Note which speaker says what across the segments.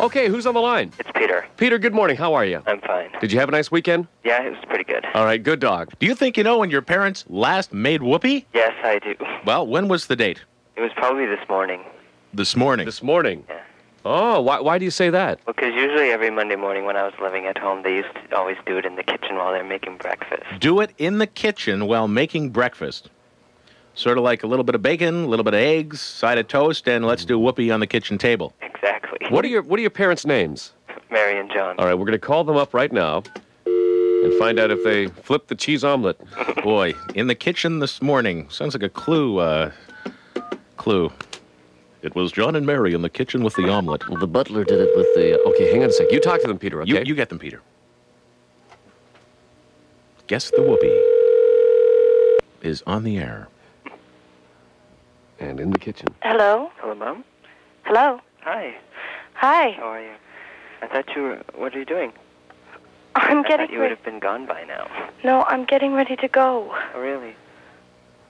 Speaker 1: Okay, who's on the line?
Speaker 2: It's Peter.
Speaker 1: Peter, good morning. How are you?
Speaker 2: I'm fine.
Speaker 1: Did you have a nice weekend?
Speaker 2: Yeah, it was pretty good.
Speaker 1: All right, good dog.
Speaker 3: Do you think you know when your parents last made whoopee?
Speaker 2: Yes, I do.
Speaker 3: Well, when was the date?
Speaker 2: It was probably this morning.
Speaker 3: This morning.
Speaker 1: This morning.
Speaker 2: Yeah.
Speaker 1: Oh, why, why do you say that?
Speaker 2: Well, 'cause usually every Monday morning when I was living at home, they used to always do it in the kitchen while they're making breakfast.
Speaker 3: Do it in the kitchen while making breakfast. Sort of like a little bit of bacon, a little bit of eggs, side of toast, and let's do whoopee on the kitchen table.
Speaker 2: Exactly.
Speaker 1: What Uh, are your What are your parents' names?
Speaker 2: Mary and John.
Speaker 1: All right, we're going to call them up right now and find out if they flip the cheese omelet.
Speaker 3: Boy, in the kitchen this morning. Sounds like a clue, uh, clue. It was John and Mary in the kitchen with the omelet.
Speaker 1: Well, the butler did it with the. Okay, hang on a sec. You talk to them, Peter. Okay.
Speaker 3: You, you get them, Peter. Guess the whoopee is on the air.
Speaker 1: And in the kitchen.
Speaker 4: Hello?
Speaker 2: Hello, Mom.
Speaker 4: Hello?
Speaker 2: Hi.
Speaker 4: Hi.
Speaker 2: How are you? I thought you were. What are you doing?
Speaker 4: I'm
Speaker 2: I thought
Speaker 4: getting
Speaker 2: you would
Speaker 4: ready.
Speaker 2: have been gone by now.
Speaker 4: No, I'm getting ready to go.
Speaker 2: Oh, really?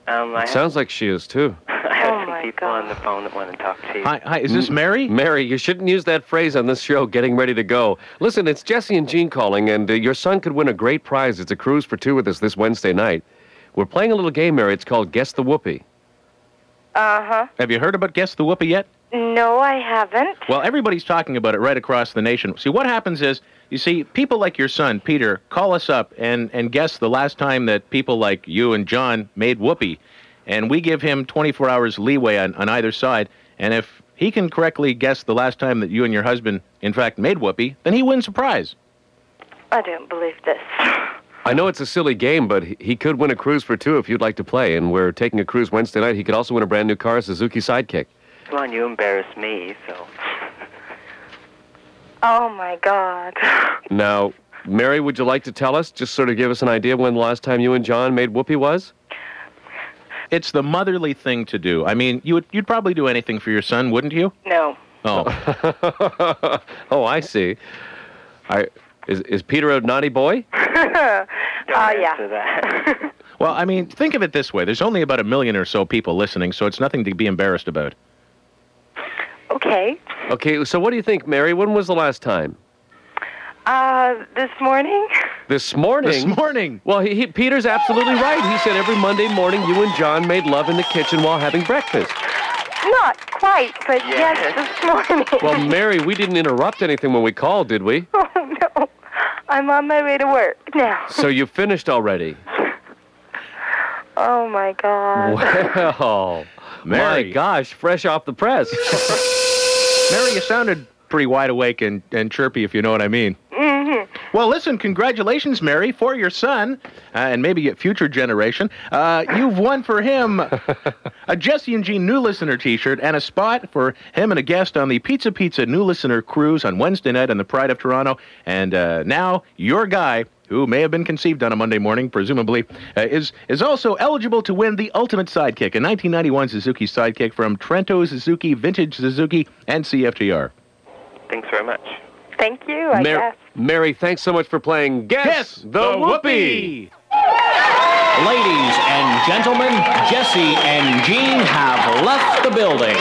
Speaker 2: Um,
Speaker 1: It
Speaker 2: I have,
Speaker 1: sounds like she is too.
Speaker 2: I have
Speaker 4: Oh,
Speaker 2: some
Speaker 4: my
Speaker 2: people
Speaker 4: God.
Speaker 2: on the phone that want to talk to you.
Speaker 3: Hi, hi. Is this Mary?
Speaker 1: Mary, you shouldn't use that phrase on this show, getting ready to go. Listen, it's Jesse and Jean calling, and uh, your son could win a great prize. It's a cruise for two with us this Wednesday night. We're playing a little game, Mary. It's called Guess the Whoopee.
Speaker 4: Uh huh.
Speaker 3: Have you heard about Guess the Whoopee yet?
Speaker 4: No, I haven't.
Speaker 3: Well, everybody's talking about it right across the nation. See, what happens is, you see, people like your son, Peter, call us up and, and guess the last time that people like you and John made whoopee. And we give him 24 hours leeway on, on either side. And if he can correctly guess the last time that you and your husband, in fact, made whoopee, then he wins a prize.
Speaker 4: I don't believe this.
Speaker 1: I know it's a silly game, but he- he could win a cruise for two if you'd like to play. And we're taking a cruise Wednesday night. He could also win a brand new car, a Suzuki Sidekick.
Speaker 2: Come on, you embarrass me, so.
Speaker 4: Oh my God.
Speaker 1: Now, Mary, would you like to tell us, just sort of give us an idea when the last time you and John made whoopee was?
Speaker 3: It's the motherly thing to do. I mean, you would, you'd probably do anything for your son, wouldn't you?
Speaker 4: No.
Speaker 3: Oh,
Speaker 1: Oh, I see. I is is Peter a naughty boy?
Speaker 2: Don't
Speaker 4: Ah, yeah.
Speaker 2: answer that.
Speaker 3: well, I mean, think of it this way. There's only about a million or so people listening, so it's nothing to be embarrassed about.
Speaker 4: Okay.
Speaker 1: Okay, so what do you think, Mary? When was the last time?
Speaker 4: Uh, this morning?
Speaker 1: This morning.
Speaker 3: This morning.
Speaker 1: Well, he, he, Peter's absolutely right. He said every Monday morning you and John made love in the kitchen while having breakfast.
Speaker 4: Not quite, but yes,
Speaker 2: Yes.
Speaker 4: this morning.
Speaker 1: Well, Mary, we didn't interrupt anything when we called, did we?
Speaker 4: oh no. I'm on my way to work now.
Speaker 1: So you finished already.
Speaker 4: Oh my God.
Speaker 1: Well, my
Speaker 3: Mary.
Speaker 1: gosh, fresh off the press.
Speaker 3: Mary, you sounded pretty wide awake and, and chirpy, if you know what I mean. Mm-hmm. Well, listen, congratulations, Mary, for your son, uh, and maybe a future generation. Uh, you've won for him a Jesse and Jean New Listener t shirt and a spot for him and a guest on the Pizza Pizza New Listener cruise on Wednesday night on the Pride of Toronto. And uh, now, your guy. Who may have been conceived on a Monday morning, presumably, uh, is is also eligible to win the ultimate sidekick, a 1991 Suzuki sidekick from Trento Suzuki, Vintage Suzuki, and CFTR.
Speaker 2: Thanks very much.
Speaker 4: Thank you, I
Speaker 1: Mar-
Speaker 4: guess.
Speaker 1: Mary, thanks so much for playing Guess,
Speaker 5: Ladies and gentlemen, Jesse and Jean have left the building.